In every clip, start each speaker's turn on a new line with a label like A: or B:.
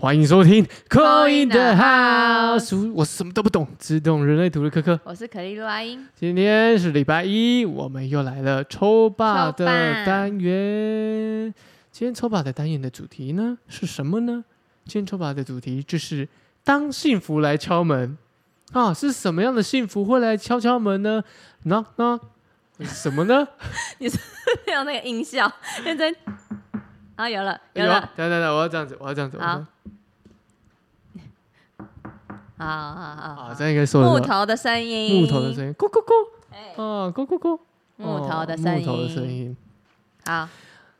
A: 欢迎收听《Call in the
B: the
A: House
B: House》，
A: 我什么都不懂，只懂人类图的科科。
B: 我是可丽露阿英，
A: 今天是礼拜一，我们又来了抽霸
B: 抽
A: 的
B: 霸
A: 单元。今天抽霸的单元的主题呢是什么呢？今天抽霸的主题就是当幸福来敲门啊，是什么样的幸福会来敲敲门呢？那那什么呢？
B: 没有那个音效，认真。啊，有了，有
A: 有啊
B: 了，，
A: 等等等，我要这样子，我要这样子，我要这样
B: 好，好好好
A: 子
B: 好
A: 啊，
B: 好
A: 这。样应该说
B: 木
A: 得到。
B: 头的声音，
A: 木头的声音，咕咕咕，
B: 哎
A: 啊，咕咕咕，
B: 木
A: 哦
B: 头的声音，
A: 木头的声。音。
B: 好，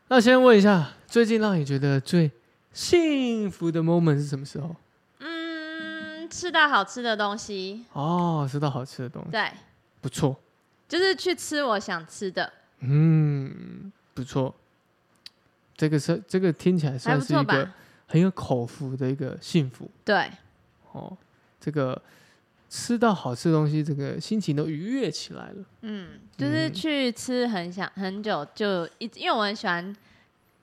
A: 那先问一下，最近让你觉得最幸福的 moment 是什么时候？
B: 嗯，吃到好吃的东西，
A: 哦，吃到好吃的东西，
B: 对，
A: 不错，
B: 就是去吃我想吃的，
A: 嗯，不错。这个是这个听起来
B: 还
A: 算
B: 不
A: 是
B: 错
A: 一个
B: 吧？
A: 很有口福的一个幸福
B: 对，
A: 哦。这个吃到好吃的东西，这个心情都愉悦起来了。
B: 嗯，就是去吃很想
A: 嗯
B: 很久就一直，因为我很喜欢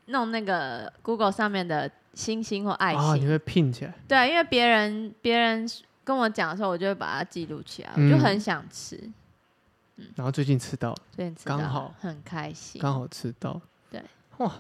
B: 弄那个 Google 上面的星星或爱
A: 啊，你
B: 心，
A: 会拼起来，
B: 对，啊因为别人别人跟我讲的时候，我就会把它记录起来，
A: 嗯
B: 我就很想吃，
A: 然后最近吃到了。
B: 所以吃
A: 刚
B: 到
A: 好
B: 很开心。
A: 刚好吃到。
B: 对，
A: 哇，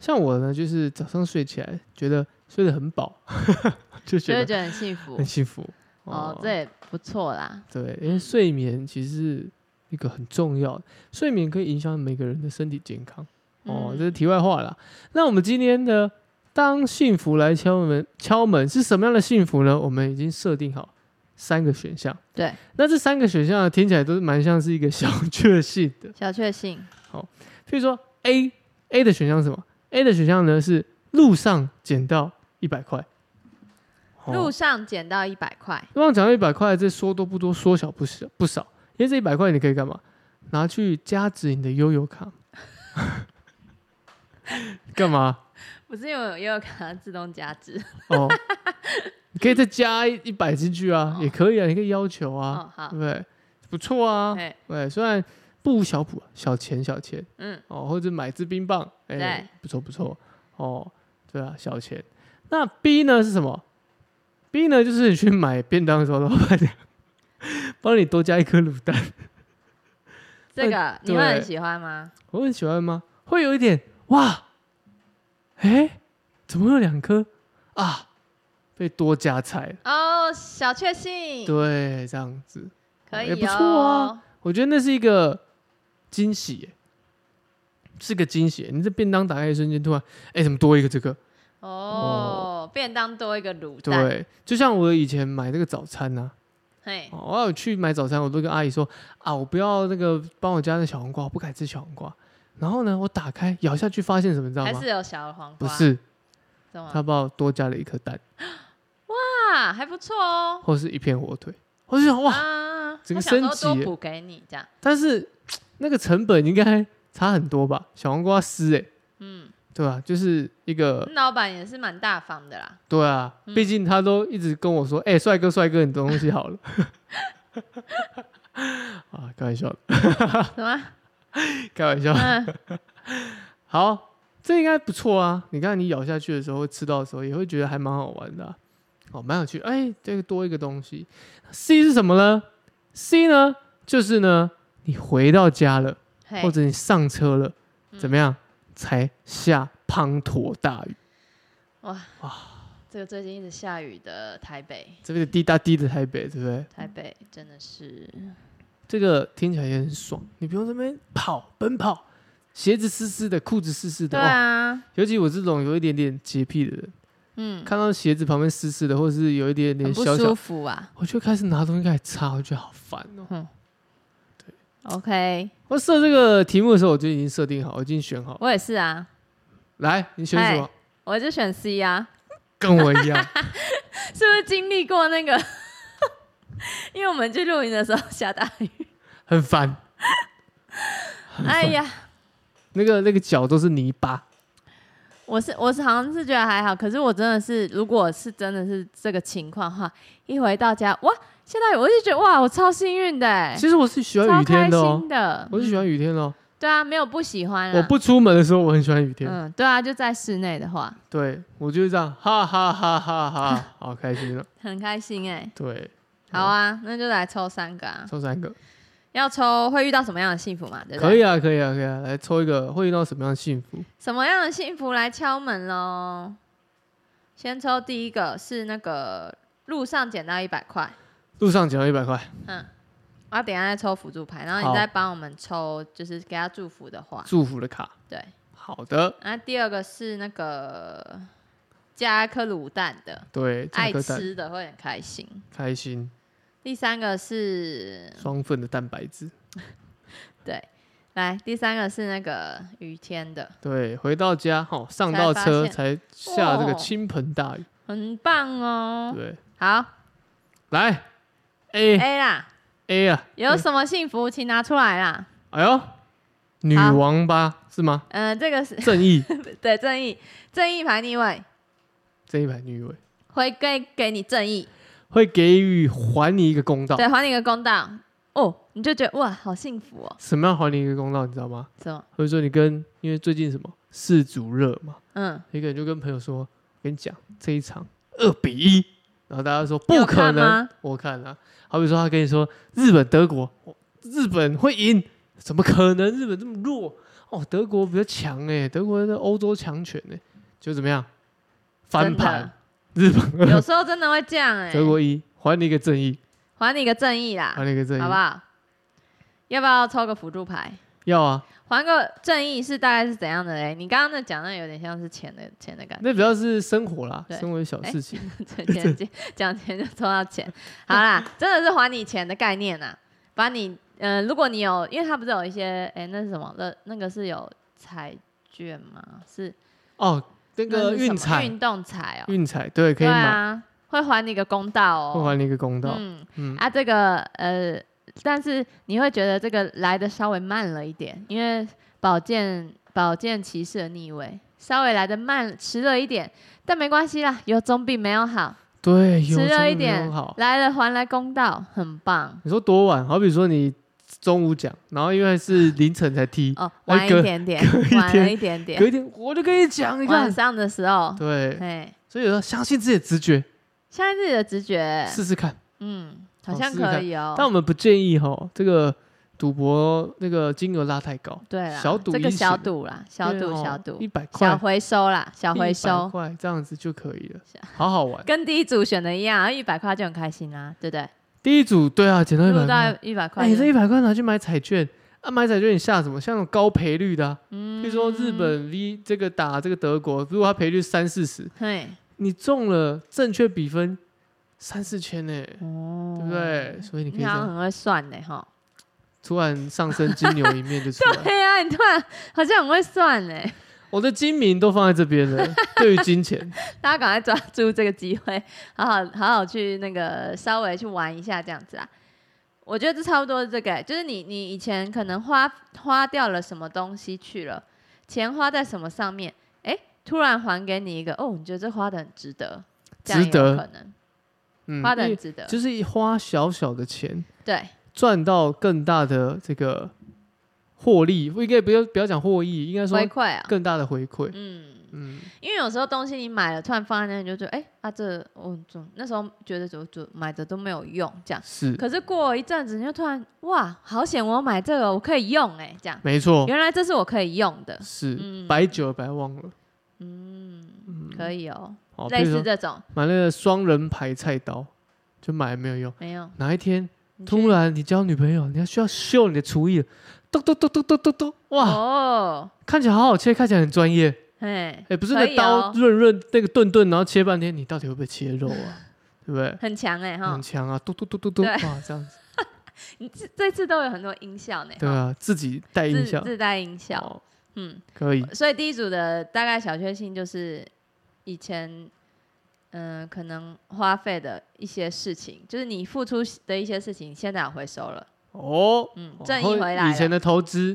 A: 像我呢，就是早上睡起来觉得睡得很饱， 就
B: 就
A: 觉
B: 会
A: 得
B: 觉得很幸福
A: 很幸福。
B: 哦，这也不错啦。
A: 对，因为睡眠其实是一个很重要的，睡眠可以影响每个人的身体健康。哦，
B: 嗯
A: 这是题外话啦。那我们今天的当幸福来敲门，敲门是什么样的幸福呢？我们已经设定好三个选项。
B: 对，
A: 那这三个选项呢听起来都是蛮像是一个小确幸的。
B: 小确幸，
A: 譬如说 A A 的选项是什么？A 的选项呢是路上捡到一百块，哦
B: 路上捡到一百块，
A: 路上捡到一百块，这说多不多，说少不少不少。因为这一百块你可以干嘛？拿去加值你的悠游卡，干嘛？
B: 不是因为我也有卡自动加值
A: 哦，你可以再加一百进去啊，也可以啊，你可以要求啊，
B: 哦，好
A: 对，不对？不错啊，
B: 哎，
A: 对，虽然不无小补，小钱小钱。
B: 嗯，
A: 哦，或者买支冰棒，哎、
B: 对
A: 不错不错，哦，对啊，小钱。那 B 呢是什么？B 呢就是你去买便当的时候，老板娘 帮你多加一颗卤蛋，
B: 这个你
A: 对
B: 会很喜欢吗？
A: 我很喜欢吗？会有一点哇，哎、怎么会有两颗啊？被多加菜了，
B: 哦，小确幸，
A: 对，这样子，
B: 可
A: 也
B: 以
A: 不错
B: 哦
A: 啊。我觉得那是一个惊喜耶、是个惊喜耶、你这便当打开一瞬间，突然，哎、怎么多一个这个？
B: 哦，便当多一个卤蛋，
A: 对，就像我以前买这个早餐呐、
B: 嘿，
A: 哦我有去买早餐，我都跟阿姨说啊，我不要那个帮我加那小黄瓜，我不敢吃小黄瓜。然后呢，我打开咬下去，发现什么，你知道
B: 还
A: 吗
B: 是？有小黄
A: 不
B: 瓜，
A: 是，
B: 怎么
A: 他帮我多加了一颗蛋，
B: 啊？还不错哦，
A: 或是一片火腿。我就想哇，
B: 啊，
A: 整个
B: 我想说
A: 升级
B: 多
A: 耶
B: 补给你这样，
A: 但是那个成本应该差很多吧？小黄瓜丝哎、
B: 嗯，
A: 对吧、就是一个
B: 老板也是蛮大方的啦，
A: 对啊，
B: 嗯
A: 毕竟他都一直跟我说：“哎、帅哥，帅哥，你的东西好 了。”啊，开玩笑的，啊
B: 什么？
A: 开玩笑的。
B: 嗯。
A: 好，这应该不错啊！你看你咬下去的时候，吃到的时候也会觉得还蛮好玩的、啊，哦，蛮有趣。哎，这个多一个东西。C 是什么呢？C 呢，就是呢，你回到家了，
B: 嘿嗯
A: 或者你上车了，怎么样才下滂沱大雨？
B: 这个最近一直下雨的台北，
A: 这边的滴答滴的台北，对不对？
B: 台北真的是
A: 这个听起来也很爽，你不用这边跑奔跑，鞋子湿湿的，裤子湿湿的，
B: 对
A: 哇！
B: 啊，
A: 尤其我这种有一点点洁癖的人，
B: 嗯，
A: 看到鞋子旁边湿湿的，或者是有一点点
B: 很不
A: 小小
B: 舒，服啊。
A: 我就开始拿东西开始擦，我觉得好烦哦。
B: OK，
A: 我设这个题目的时候，我就已经设定好，我已经选好。
B: 我也是啊，
A: 来，你选什么？
B: 我就选 C 啊，
A: 跟我一 样，
B: 是不是经历过那个？ 因为我们去露营的时候下大 雨，
A: 很烦。
B: 哎呀，
A: 那个那个脚都是泥巴，
B: 我是我是好像是觉得还好，可是我真的是，如果是真的是这个情况的话，一回到家哇下大雨，我就觉得哇我超幸运的、欸，
A: 其实我是喜欢
B: 超
A: 雨
B: 开
A: 天的哦
B: 心，的，
A: 我是喜欢雨天的哦。
B: 对啊，没有不喜欢啊。
A: 我不出门的时候，我很喜欢雨天。
B: 嗯，对啊，就在室内的话，
A: 对我就是这样，哈哈哈哈哈 好开心了。
B: 很开心哎、
A: 对，
B: 好啊，那就来抽三个啊。
A: 抽三个，
B: 要抽会遇到什么样的幸福嘛？对不对？
A: 可以啊，可以啊，可以啊，来抽一个，会遇到什么样的幸福？
B: 什么样的幸福来敲门喽？先抽第一个是那个路上捡到一百块，
A: 路上捡到一百块，
B: 嗯，我要等一下再抽辅助牌，然后
A: 好
B: 你再帮我们抽，就是给他祝福的话，
A: 祝福的卡。
B: 对。
A: 好的，
B: 然后第二个是那个加一颗卤蛋的，
A: 对，加
B: 爱
A: 颗蛋，
B: 吃的会很开心。
A: 开心，
B: 第三个是
A: 双份的蛋白质。
B: 对，来第三个是那个雨天的，
A: 对，回到家，哦，上
B: 才
A: 到
B: 发
A: 车
B: 现
A: 才下这个
B: 哦
A: 倾盆大雨。
B: 很棒哦。
A: 对，
B: 好
A: 来 A
B: ，A 啦，
A: A 啊，
B: 有什么幸福请拿出来啦。
A: 哎呦，女
B: 好
A: 王八是吗？
B: 嗯，这个是
A: 正义
B: 对正义，正义排逆位，
A: 这一排女尾
B: 回归给你正义，
A: 会给予还你一个公道。
B: 对，还你一个公道。哦，你就觉得哇，好幸福哦，
A: 什么样还你一个公道，你知道吗？
B: 什么？
A: 或者说你跟因为最近什么世足热嘛，
B: 嗯，
A: 一个人就跟朋友说，跟你讲这一场二比一，然后大家说
B: 你有
A: 不可
B: 看
A: 能
B: 吗，
A: 我看了、啊好比说他跟你说日本德国，哦日本会赢，怎么可能？日本这么弱哦，德国比较强哎、德国是欧洲强权哎、就怎么样翻
B: 真的
A: 盘，日本
B: 有时候真的会这样哎、
A: 德国一，还你一个正义，
B: 还你一个正义啦，
A: 还你一个正
B: 啊好不
A: 义，
B: 好？要不要抽个辅助牌？
A: 要啊，
B: 还个正义是大概是怎样的嘞？你刚刚那讲的有点像是钱的钱的感觉，
A: 那比较是生活啦，
B: 对哎
A: 生活的小事情。
B: 钱钱讲钱就抽到钱。好啦，真的是还你钱的概念呐、把你嗯、呃如果你有，因为它不是有一些哎、那是什么？那那个是有彩券吗？是
A: 哦，那个
B: 是什么
A: 运彩，
B: 运动彩哦、
A: 运彩对，可以
B: 对
A: 买，
B: 啊，会还你一个公道哦、
A: 会还你一个公道。
B: 嗯
A: 嗯
B: 啊，这个呃，但是你会觉得这个来的稍微慢了一点，因为宝剑宝剑骑士的逆位稍微来的慢迟了一点，但没关系啦，有总比没有好，
A: 对，有
B: 迟
A: 真
B: 了
A: 的
B: 一
A: 没
B: 点
A: 有好。
B: 来了还来公道，很棒
A: 你说多晚？好比说你中午讲，然后因为是凌晨才踢，
B: 哦，
A: 哎
B: 晚
A: 隔
B: 一点点
A: 隔一，
B: 晚
A: 天
B: 了一点点
A: 隔，一天我就跟你讲，你
B: 晚
A: 看，
B: 上的时候，
A: 对，
B: 哎，
A: 所以说相信自己的直觉，
B: 相信自己的直觉，
A: 试试看。
B: 嗯，
A: 好
B: 好像
A: 试试看
B: 可以哦。
A: 但我们不建议哈，这个赌博那个金额拉太高，
B: 对啦，
A: 小赌
B: 这
A: 怡
B: 个小
A: 情
B: 赌啦，小赌小赌
A: 哦一，百块
B: 小，回收啦，小回
A: 100
B: 收，
A: 块这样子就可以了，
B: 啊
A: 好好玩。
B: 跟第一组选的一样，啊一百块就很开心啦，对不对？
A: 第一组对啊，捡到一
B: 入
A: 百
B: 到
A: 块，
B: 一百块
A: 哎，
B: 就，
A: 这一百块拿去买彩券啊，买彩券你下什么？像那种高赔率的啊，
B: 嗯
A: 比如说日，本 V 这个打这个德国，如果它赔率三四十，
B: 嘿，
A: 你中了正确比分三四千呢、
B: 哦
A: 对不？对？所以你可以
B: 你
A: 这
B: 啊好像
A: 样
B: 很会算呢，哈。
A: 突然上升金牛一面就出来，
B: 对啊呀，你突然好像很会算呢，
A: 我的金明都放在这边 了。对于金钱，
B: 大家赶快抓住这个机会， 好好好好去那个稍微去玩一下这样子啊。我觉得这差不多是这个，就是你你以前可能花花掉了什么东西去了，钱花在什么上面，哎，突然还给你一个，哦，你觉得这花的很值得，这样
A: 值得
B: 有可能
A: 嗯，
B: 花的
A: 因
B: 很
A: 为
B: 值得，
A: 就是花小小的钱
B: 对，
A: 赚到更大的这个获利，应该不要不要讲获益，应该说
B: 回馈啊，
A: 更大的回馈。
B: 嗯，
A: 嗯，
B: 因为有时候东西你买了，突然放在那里，你就觉得，哎、啊这我总那时候觉得就就买的都没有用，这样。
A: 是
B: 可是过一阵子，你就突然哇，好险我买这个，我可以用哎、这样，
A: 没错，
B: 原来这是我可以用的，
A: 是
B: 嗯
A: 白酒白忘了。
B: 嗯，可以哦、
A: 哦，比
B: 类
A: 如
B: 似
A: 说
B: 这种
A: 买那个双人牌菜刀，就买了没有用。
B: 没有，
A: 哪一天
B: 你去
A: 突然你交女朋友，你要需要秀你的厨艺了，咚咚咚咚咚咚咚，哇，
B: 哦，
A: 看起来好好切，看起来很专业。
B: 嘿，
A: 哎，不是
B: 可
A: 那
B: 以
A: 刀
B: 哦
A: 润润那个钝钝，然后切半天，你到底会不会切肉啊？ 对不对？
B: 很强哎、哈
A: 很，强啊，嘟嘟嘟嘟嘟，
B: 对
A: 哇，这样 子，
B: 你这这次都有很多音效呢、
A: 对
B: 哈
A: 啊，自己带音
B: 自
A: 效，
B: 自带音效，
A: 哦
B: 嗯，
A: 可以，
B: 所以第一组的大概小确幸就是以前，嗯、可能花费的一些事情，就是你付出的一些事情，现在有回收了，
A: 哦，
B: 嗯，
A: 哦
B: 正义
A: 或
B: 回来
A: 以前的
B: 了，
A: 投资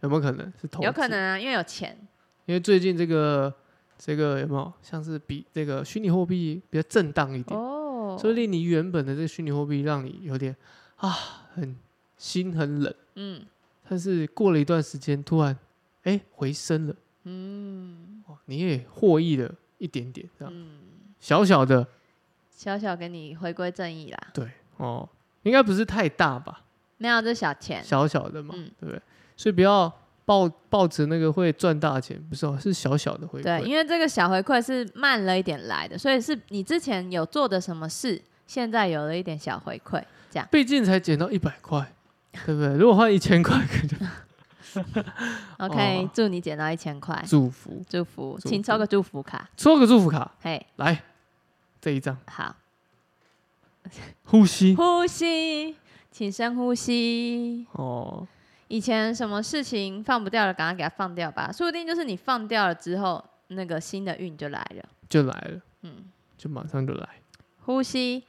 A: 有没有可能是投资？
B: 有可，能啊，因为有钱，
A: 因为最近这个这个有没有像是比这个虚拟货币比较震荡一点？
B: 哦
A: 所以你原本的这个虚拟货币让你有点啊，很心很冷，
B: 嗯，
A: 但是过了一段时间，突然哎、回升了，
B: 嗯
A: 哦，你也获益了一点点，这样
B: 嗯，
A: 小小的
B: 小小给你回归正义啦，
A: 对哦，应该不是太大吧，
B: 没有这小钱，
A: 小小的嘛，
B: 嗯
A: 对不对？所以不要抱抱着那个会赚大钱，不是、哦，是小小的回
B: 对，
A: 馈。
B: 因为这个小回馈是慢了一点来的，所以是你之前有做的什么事，现在有了一点小回馈，
A: 毕竟才捡到一百块，对不对？如果换一千块，可能 就
B: OK，、
A: 哦
B: 祝你捡到一千块，
A: 祝福，
B: 祝福，
A: 祝
B: 请抽
A: 福
B: 个祝福卡。
A: 抽个祝福卡
B: 嘿，
A: 来，这一张
B: 好，
A: 呼吸
B: 呼吸，请深呼吸。
A: 哦，
B: 以前什么事情放不掉了，赶快给它放掉吧，说不定就是你放掉了之后，那个新的运就来了。
A: 就来了，
B: 嗯，
A: 就马上就来，
B: 呼吸，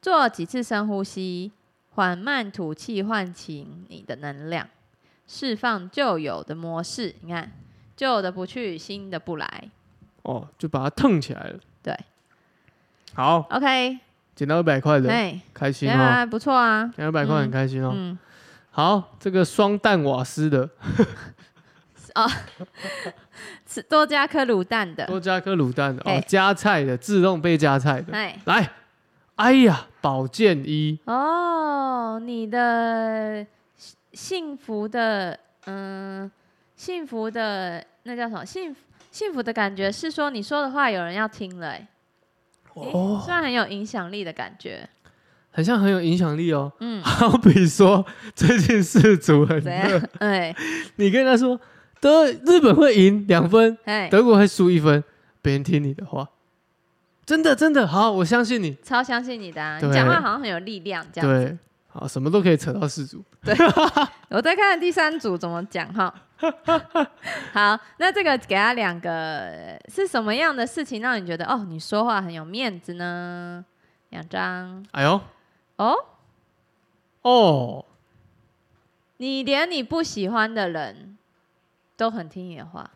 B: 做几次深呼吸，缓慢吐气，唤醒你的能量，释放旧有的模式。你看，旧的不去，新的不来。
A: 哦，就把它腾起来了。
B: 对，
A: 好，
B: OK，
A: 捡到一百块的，
B: 哎，
A: 开心哦，
B: 啊，不错啊，
A: 捡到一百块很
B: 嗯
A: 开心哦。
B: 嗯，
A: 好，这个双蛋瓦斯的，
B: 吃多加颗卤蛋的，
A: 多加颗卤蛋的哦
B: 嘿，
A: 加菜的，自动被加菜的，
B: 哎，
A: 来，哎呀，保健一，
B: 哦，你的幸幸福的，嗯，幸福的那叫什么？幸福幸福的感觉是说你说的话有人要听了、哎、
A: 哦，
B: 虽然很有影响力的感觉，
A: 很像很有影响力哦。，
B: 嗯
A: 好比说最近世足很
B: 怎样
A: 热，？
B: 哎
A: 你跟他说德日本会赢两分，
B: 哎，
A: 德国会输一分，别人听你的话，真的真的好，我相信你。
B: 超相信你的、啊，
A: 对
B: 你讲话好像很有力量这样。
A: 对，好，什么都可以扯到世足。
B: 我再看看第三组怎么 讲哈。好，那这个给他两个是什么样的事情让你觉得哦，你说话很有面子呢？两张
A: 哎呦，
B: 哦，
A: 哦，
B: 你连你不喜欢的人都很听你的话，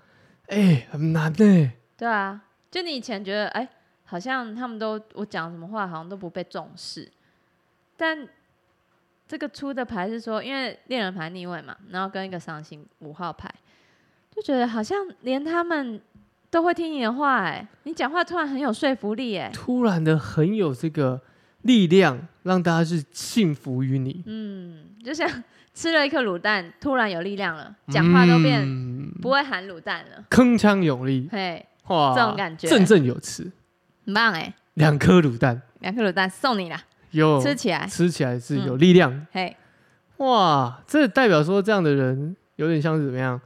A: 哎、很难呢。
B: 对啊，就你以前觉得哎，好像他们都我讲什么话好像都不被重视，但这个出的牌是说，因为恋人牌逆位嘛，然后跟一个伤心五号牌，就觉得好像连他们都会听你的话，哎，你讲话突然很有说服力，哎，
A: 突然的很有这个力量，让大家是信服于你，
B: 嗯，就像吃了一颗卤蛋，突然有力量了，讲话都变
A: 嗯
B: 不会喊卤蛋了，
A: 铿锵有力，
B: 嘿，
A: 哇，
B: 这种感觉
A: 振振有词。
B: 很棒哎。
A: 两颗卤蛋
B: 两颗卤蛋送你啦，
A: 有
B: 吃起来。
A: 吃起来是
B: 嗯
A: 有力量，
B: 嘿，
A: 哇，这代表说这样的人有点像是怎么样？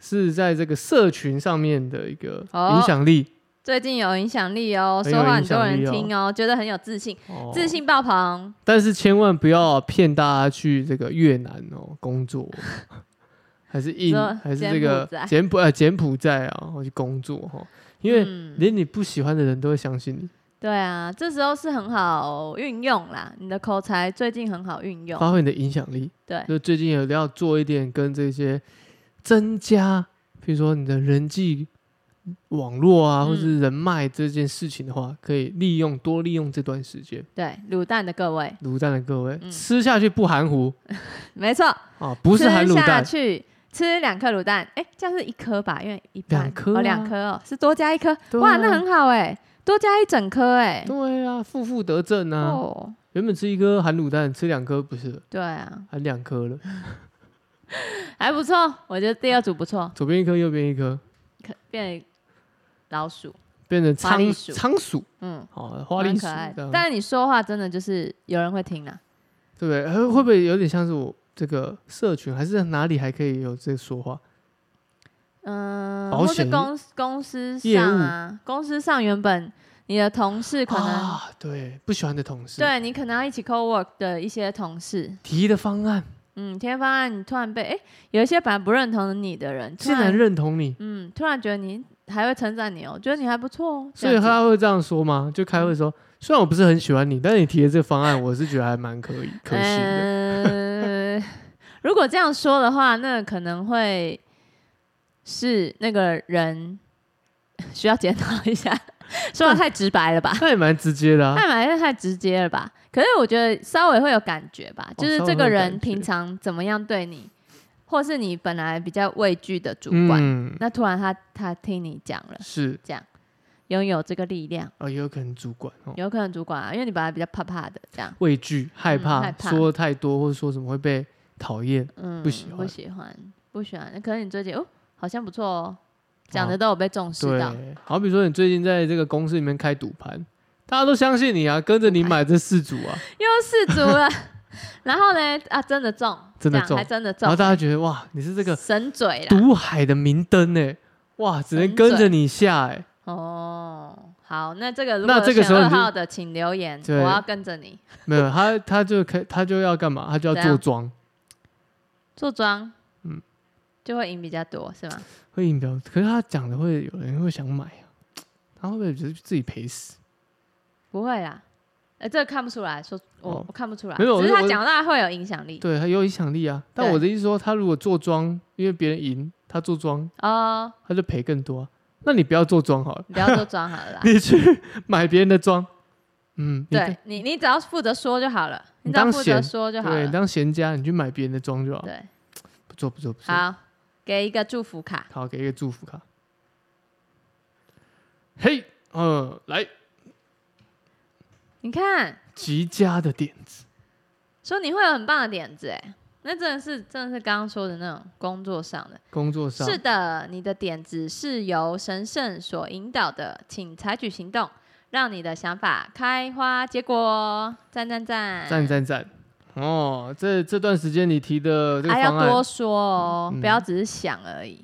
A: 是在这个社群上面的一个
B: 哦
A: 影响力，
B: 最近有影响力哦，
A: 很有
B: 说话很
A: 影
B: 多
A: 响
B: 人
A: 力哦
B: 听哦，觉得很有自信，
A: 哦
B: 自信爆棚。
A: 但是千万不要骗大家去这个越南哦工 作，还是印
B: 说
A: 还是这个柬
B: 柬埔寨
A: 埔呃柬埔寨啊、哦、去工作哈、哦，因为
B: 嗯、
A: 连你不喜欢的人都会相信你，
B: 对啊，这时候是很好运用啦，你的口才最近很好运用。
A: 发挥你的影响力。
B: 对，
A: 就最近有要做一点跟这些增加，比如说你的人际网络啊，
B: 嗯
A: 或是人脉这件事情的话，可以利用多利用这段时间。
B: 对，卤蛋的各位，
A: 卤蛋的各位、
B: 嗯
A: 吃下去不含糊
B: 没错，
A: 啊，不是含
B: 吃
A: 卤
B: 下
A: 蛋，
B: 去。吃两颗卤蛋，哎、这样是一颗吧？因为一半
A: 两颗
B: 哦，
A: 啊
B: 两颗哦，是多加一颗。
A: 对啊
B: 哇，那很好哎、多加一整颗哎、
A: 对啊，负负得正啊。
B: 哦，
A: 原本吃一颗含卤蛋，吃两颗不是
B: 对啊，
A: 含两颗 了，
B: 还不错，我觉得第二组不错，
A: 左边一颗，右边一颗，
B: 可变老鼠。
A: 变成
B: 花
A: 仓
B: 栗鼠
A: 仓鼠
B: 嗯，
A: 哦，花栗
B: 蛮
A: 鼠
B: 可爱
A: 这
B: 的
A: 样，
B: 但是你说话真的就是有人会听啊啦。
A: 对不对？呃会不会有点像是我这个社群，还是哪里还可以有这个说话？
B: 嗯，
A: 保
B: 或是
A: 险
B: 公司公司
A: 业
B: 上啊，公司上原本你的同事可能、
A: 啊、对不喜欢的同事，
B: 对你可能要一起 co work 的一些同事，
A: 提的方案
B: 嗯，天方案你突然被哎、有一些本来不认同你的人，突
A: 竟然
B: 然
A: 认同你，
B: 嗯，突然觉得你还会称赞你哦，觉得你还不错哦，
A: 所以
B: 这样子
A: 他会这样说吗？就开会说，虽然我不是很喜欢你，但是你提的这个方案，我是觉得还蛮可以可行的。
B: 呃， 如果这样说的话，那可能会是那个人 需要检讨一 下，说的太直白了吧？
A: 那也蛮直接 的啊，
B: 太埋怨太直接了吧？可是我觉得稍微会有感觉吧，
A: 哦
B: 就是
A: 稍微
B: 这
A: 会
B: 个
A: 有
B: 人
A: 感觉
B: 平常怎么样对你，或是你本来比较畏惧的主管，
A: 嗯，
B: 那突然他他听你讲了，
A: 是
B: 拥有这个力量，
A: 啊，也有可能主管哦，
B: 有可能主管啊，因为你本来比较怕怕的这样，
A: 畏惧、害
B: 嗯
A: 怕，
B: 害怕
A: 说太多或者说什么会被讨厌，
B: 嗯，
A: 不喜
B: 不
A: 欢
B: 喜欢，不喜欢。可是你最近哦，好像不错哦，讲的都有被重视
A: 对
B: 到，，
A: 好比说你最近在这个公司里面开赌盘，大家都相信你啊，跟着你买这四组 啊，
B: 又是足 了。然后呢，啊，真的中，
A: 真的
B: 这样还
A: 中
B: 真的中，
A: 然后大家觉得哇，你是这个
B: 神嘴啦，
A: 赌海的明灯呢，哇，只能
B: 神
A: 跟着
B: 准
A: 你下哎，
B: 哦，好，那这个如
A: 那
B: 果
A: 这个
B: 选
A: 时候
B: 二
A: 你就
B: 号的，请留言，我
A: 对
B: 要跟着你
A: 没有他他就可他就要干嘛？他就要
B: 怎
A: 做
B: 样
A: 庄，
B: 做庄，
A: 嗯
B: 就会赢比较多，是吗？
A: 会赢表，可是他讲的会有人会想买啊，他会不会觉得自己赔死？
B: 不会啦，呃，这个看不出来，说我、
A: 哦
B: 我看不出来，
A: 没有我
B: 只是
A: 是
B: 他
A: 我是
B: 讲到会有影响力
A: 对，他有影响力啊。但
B: 对
A: 我的意思说，他如果做庄，因为别人赢，他做庄，
B: 哦，
A: 他就赔更多啊、那你不要做庄好了，，
B: 你不要做庄好了啦
A: 你去 买别人的庄，嗯， 你
B: 对你你只要负责说就好了，你
A: 你
B: 只要
A: 当
B: 负责
A: 闲
B: 说就好
A: 对，你
B: 了，
A: 当闲家，你去买别人的庄就好。
B: 对，
A: 不错，不错，不错。
B: 好，给一个祝福卡，
A: 好，给一个祝福卡。嘿，嗯，来，
B: 你看，
A: 极佳的点子，
B: 说你会有很棒的点子，哎，那真的是真的是刚刚说的那种工作上的。
A: 工作上
B: 是的，你的点子是由神圣所引导的，请采取行动，让你的想法开花结果。赞赞赞！
A: 赞赞赞。哦，这这段时间你提的这个
B: 还、
A: 方
B: 哎要多
A: 案，
B: 说哦，
A: 嗯
B: 不要只是想而已。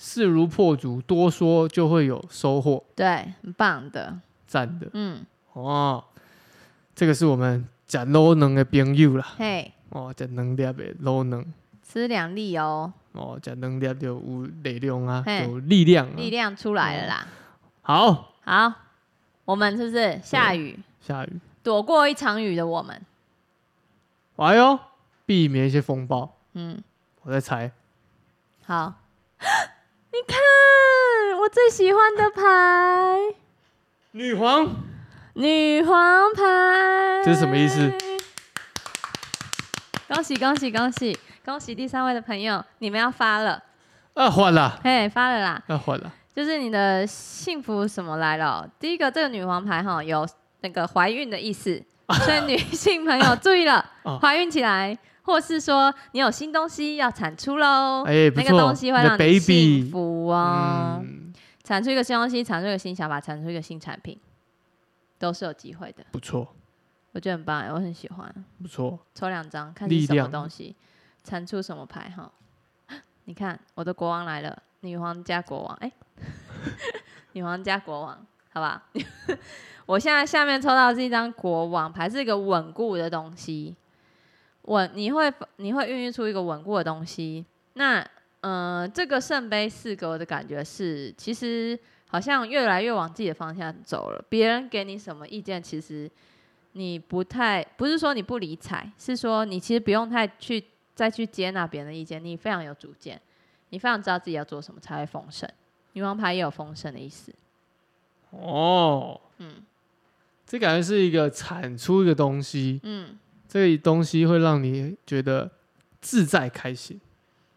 A: 势如破竹，多说就会有收获，
B: 对，很棒的。
A: 赞的。
B: 嗯，
A: 哦，这个是我们假 low 能的朋友啦，
B: 嘿，
A: 哦，假能力的 low 能，
B: 吃两粒哦，
A: 哦，假能力就有力量啊，
B: 嘿
A: 有力量啊。
B: 力量出来了啦。
A: 嗯好，
B: 好，我们是不是下雨
A: 下雨，
B: 躲过一场雨的我们？
A: 哎呦，避免一些风暴，
B: 嗯，
A: 我在猜，
B: 好。你看，我最喜欢的牌。
A: 女皇，
B: 女皇牌，
A: 这是什么意思？
B: 恭喜恭喜恭喜恭喜第三位的朋友，你们要发了，
A: 啊，换了，
B: 嘿，发了啦！
A: 啊，换了，
B: 就是你的幸福什么来了哦？第一个，这个女皇牌哈有那个怀孕的 意思，所以女性朋友注意了
A: 哦，
B: 怀孕起来，或是说你有新东西要产出喽，
A: 哎，不
B: 哦那个
A: 错，
B: 东
A: 你
B: 西会
A: 的
B: 让你
A: baby，
B: 幸福哦。
A: 嗯，
B: 产出一个新东西，产出一个新想法，产出一个新产品，都是有机会的。
A: 不错，
B: 我觉得很棒欸，我很喜欢。
A: 不错，
B: 抽两张，看
A: 力
B: 是什么
A: 量
B: 东西，产出什么牌哈。 你看，我的国王来了，女皇加国王，哎、 女皇加国王，好吧。 我现在下面抽到的是一张国王牌，是一个稳固的东西。稳，你会你会孕育出一个稳固的东西。那嗯、呃这个圣杯四给我的感觉是，其实好像越来越往自己的方向走了。别人给你什么意见，其实你不太不是说你不理睬，是说你其实不用太去再去接纳别人的意见，你非常有主见，你非常知道自己要做什么才会丰盛。女王牌也有丰盛的意思，
A: 哦，
B: 嗯
A: 这感觉是一个产出一个东西，
B: 嗯，
A: 这个东西会让你觉得自在开心，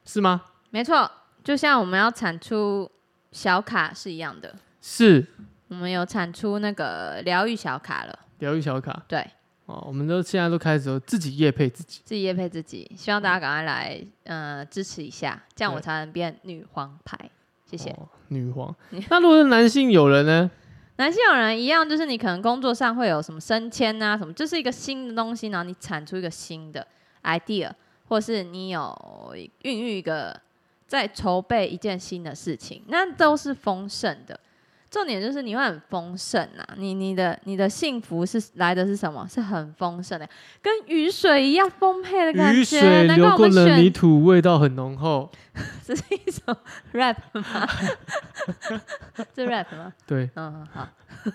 A: 是吗？
B: 没错，就像我们要产出小卡是一样的，
A: 是
B: 我们有产出那个疗愈小卡了，
A: 疗愈小卡
B: 对
A: 哦，我们都现在都开始有自己业配自己，
B: 自己也配自己，希望大家赶快来呃支持一下，这样我
A: 对
B: 才能变女皇牌，谢谢。
A: 哦、女皇
B: 你。
A: 那如果是男性友人呢？
B: 男性友人一样，就是你可能工作上会有什么升迁啊，什么，就是一个新的东西，然后你产出一个新的 idea，或是你有孕育一个在筹备一件新的事情，那都是丰盛的。重点就是你会很丰盛啊，你你的你的幸福是来的是什么？是很丰盛的，跟雨水一样丰沛的感觉。
A: 雨水
B: 难怪
A: 流
B: 我
A: 过
B: 们
A: 了
B: 选
A: 泥土，味道很浓厚。
B: 这 是一首 rap 吗？ 这 rap 吗？
A: 对，
B: 嗯，好，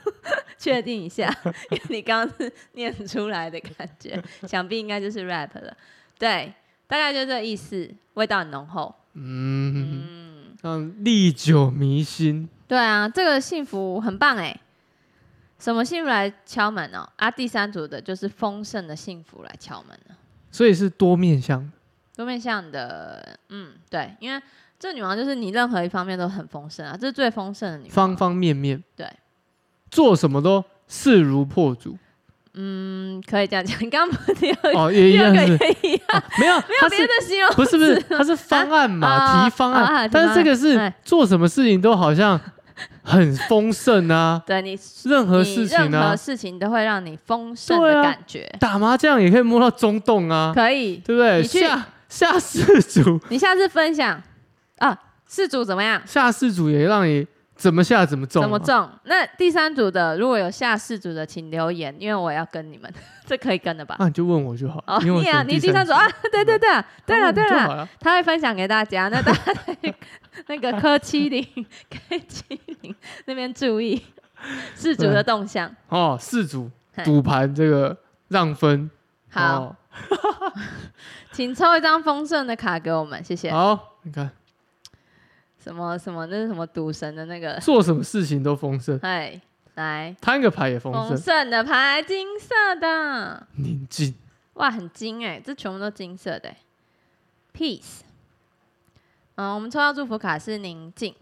B: 确定一下， 因为你刚刚是念出来的感 觉，想必应该就是 rap 了。对，大概就这意思，味道很浓厚。
A: 嗯，
B: 嗯，
A: 让历久弥新。
B: 对啊，这个幸福很棒哎。什么幸福来敲门哦？啊，第三组的就是丰盛的幸福来敲门了。
A: 所以是多面向的，
B: 多面向的，嗯，对，因为这女王就是你任何一方面都很丰盛啊，这是最丰盛的女王。
A: 方方面面，
B: 对，
A: 做什么都势如破 竹。
B: 嗯，可以这样讲。你刚刚不是第二个、
A: 哦，也一
B: 第二
A: 样
B: 个
A: 是，
B: 也一样，
A: 啊没有，
B: 没
A: 他
B: 有别
A: 是
B: 的形容。
A: 不是不 是，他是方案嘛，
B: 啊
A: 提方
B: 啊
A: 案
B: 啊，
A: 但是这个
B: 提方
A: 是
B: 案
A: 做什么事情都好像很丰盛啊，
B: 对你，
A: 任何事
B: 你
A: 情
B: 任何
A: 啊，
B: 事情都会让你丰盛
A: 对
B: 的
A: 啊
B: 感觉，
A: 打麻将也可以摸到中洞啊，
B: 可以。
A: 对不对？
B: 你去
A: 下下四 组，
B: 你下次分享啊，四组怎么样？
A: 下四组也让你怎么下怎么中、啊，
B: 怎么中？那第三组的如果有下四组的，请留言，因为我要跟你们， 这可以跟的吧？
A: 啊那你就问我就好，
B: 啊哦，
A: 因为我
B: 你啊，
A: 选
B: 你
A: 第
B: 第三组啊，对对对啊，对了
A: 那
B: 对
A: 我们哦就
B: 了，
A: 好了，
B: 他会分享给大家，那大家在那个科七零科七零那边注意四组的动向。
A: 哦，四组
B: 嗨
A: 赌盘这个让分，
B: 好，
A: 哦
B: 请抽一张丰盛的卡给我们，谢谢。
A: 好，你看
B: 什么什么那是什么赌神的那个？
A: 做什么事情都丰 盛，
B: 哎，来，
A: 摊个牌也丰
B: 丰
A: 盛，
B: 盛的牌，金色的。
A: 宁静。
B: 哇，很金哎、这全部都金色的欸、Peace。嗯，我们抽到祝福卡是宁静，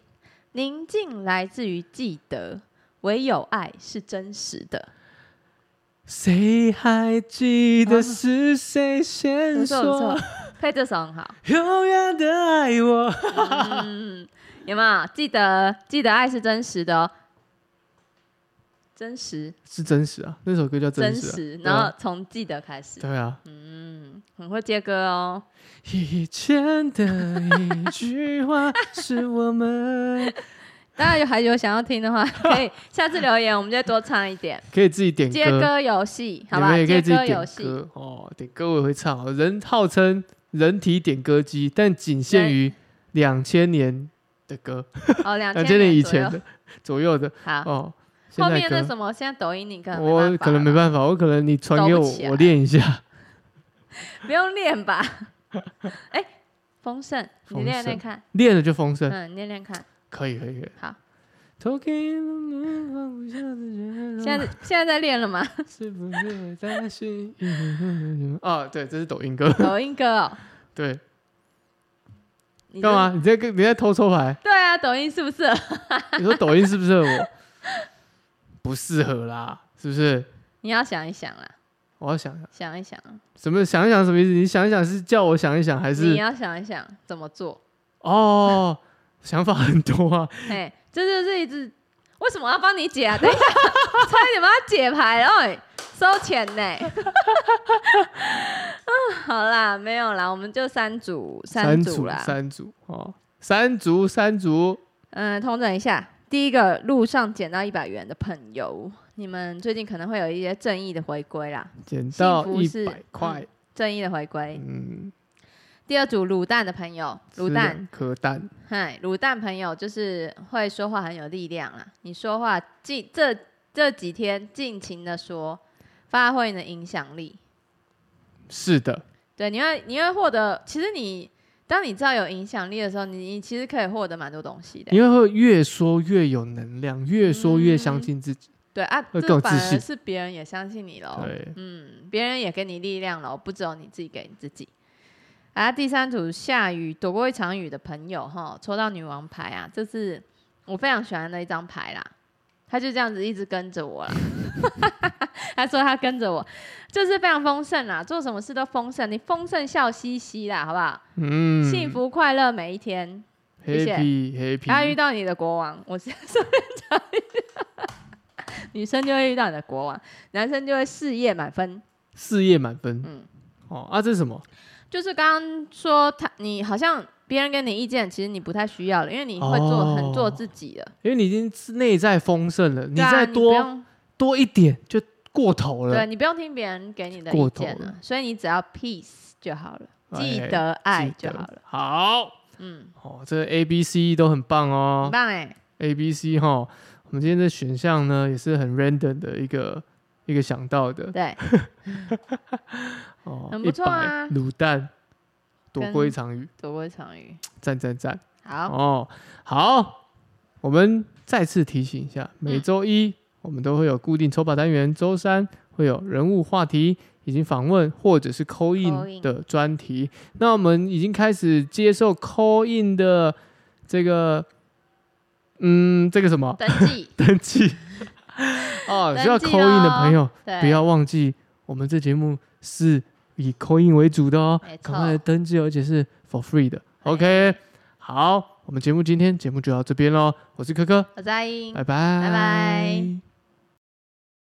B: 宁静来自于记得，唯有爱是真实的。
A: 谁还记
B: 啊
A: 得是谁
B: 不
A: 先
B: 错不
A: 说
B: 错，配这首很好。
A: 永远的爱我？
B: 嗯，有没有记得记得爱是真实的哦？真实
A: 是真实啊，那首歌叫
B: 真
A: 实啊。
B: 实，
A: 对啊
B: 然后从记得开始。
A: 对啊，
B: 嗯，很会接歌哦。
A: 以前的一句话是我们
B: 大家有还有想要听 的话，可以下次留言，我们就多唱一点。
A: 可以自己点
B: 接
A: 歌，
B: 歌游戏，好
A: 你
B: 吧？
A: 们也可以
B: 接
A: 自己
B: 歌
A: 点
B: 游戏，
A: 歌哦。点歌我也会唱哦，人号称人体点歌机，但仅限于两千年的歌，
B: 哦，两
A: 两
B: 千
A: 千年以
B: 左右
A: 前的 左右的
B: 好，
A: 哦。现
B: 后
A: 在
B: 面那
A: 歌
B: 什么，现在抖音你可能
A: 我可能没
B: 办
A: 办法，我可能你传
B: 抖
A: 给
B: 不
A: 我
B: 起，
A: 我
B: 来
A: 练一下。
B: 法，不用练吧？ 哎，丰盛，你
A: 丰
B: 练练
A: 盛
B: 看，
A: 练了就丰盛，
B: 嗯，你练练看。
A: 可以可 以可以。
B: 好，
A: 投给了梦放不下的人，
B: 现在现在在练了 吗？
A: 是不是会担心？ 啊，对，这是抖音歌，
B: 抖音歌哦，
A: 对，
B: 你
A: 干
B: 这？
A: 嘛？你在跟你在偷抽牌？
B: 对啊，抖音是不是？
A: 你说抖音适不适合我？ 不适合啦，是不是？
B: 你要想一想啦，
A: 我要想想
B: 想一想，
A: 什么想一想什么意思？你想一想是叫我想一想，还
B: 你
A: 是
B: 要想一想怎么做。
A: 哦？想法很多啊，
B: 哎，这就是一只，为什么要帮你解啊？等一下， 差一点帮他解牌了，哎，收钱呢。 啊，好啦，没有啦，我们就 三组，
A: 三
B: 组啦。
A: 三组哦，三组三组，
B: 嗯，通整一下，第一个路上捡到一百元的朋友，你们最近可能会有一些正义的回归啦，
A: 捡到
B: 福
A: 一
B: 是
A: 百块，
B: 正义的回归。
A: 嗯，
B: 第二组卤蛋的朋友，
A: 吃
B: 卤蛋
A: 两，颗蛋，
B: 嗨，卤蛋朋友就是会说话很有力量啦。你说话尽这这几天尽情的说，发挥你的影响力。
A: 是的，
B: 对，你会你会获得，其实你当你知道有影响力的时候，你你其实可以获得蛮多东西的。
A: 因为会越说越有能量，越说越相信自己。
B: 对啊，
A: 会更有
B: 这反
A: 自信
B: 而是别人也相信你喽。
A: 对，
B: 嗯，别人也给你力量了，不只有你自己给你自己。啊，第三组下雨躲过一场雨的朋友哈，抽到女王牌啊，这是我非常喜欢的一张牌啦。他就这样子一直跟着我啦， 他说他跟着我，就是非常丰盛啦，做什么事都丰盛，你丰盛笑嘻嘻啦，好不好？
A: 嗯，
B: 幸福快乐每一天，谢谢
A: ，happy
B: 然后遇
A: happy，
B: 到你的国王，我是顺便讲一下， 女生就会遇到你的国王，男生就会事业满分。
A: 事业满分。
B: 嗯
A: 哦啊，这是什么？
B: 就是刚刚说他，你好像别人给你意见，其实你不太需要了，因为你会做、很做自己了。
A: 因为你已经是内在丰盛哦了，你
B: 对啊
A: 再
B: 不
A: 多、
B: 用
A: 多一点就过头
B: 对
A: 了。
B: 你不用听别人给你的
A: 过
B: 意
A: 头
B: 见
A: 了
B: 了，所以你只要 peace 就好了，
A: 哎
B: 记得爱
A: 记
B: 就
A: 得
B: 好了。。
A: 好，
B: 嗯，
A: 哦，这 A B C 都很棒
B: 很
A: 哦。
B: 棒哎，
A: A B C 哈，我们今天的选项呢也是很 random 的一个一个想到的
B: 对，
A: 哦，
B: 很
A: 一
B: 不错
A: 百
B: 啊
A: 卤蛋躲过一
B: 跟
A: 场雨，
B: 躲过一场雨。
A: 赞赞赞。
B: 好，
A: 哦，好，我们再次提醒一
B: 嗯
A: 下，每周一我们都会有固定抽宝单元，周三会有人物话题，已经访问或者是 call
B: Call
A: in
B: in
A: 的专题。那我们已经开始接受 call in 的这个，嗯，这个什么
B: 登记
A: 登记哦，需要
B: 登
A: call
B: 记
A: in 的朋
B: 哦
A: 友
B: 对，
A: 不要忘记，我们这节目是以 call in 为主的哦
B: 没，错
A: 赶快来登记哦，而且是 for free 的。OK，好，我们节目今天节目就到这边喽，我是科科，
B: 我在。
A: 拜拜，
B: 嗯拜拜。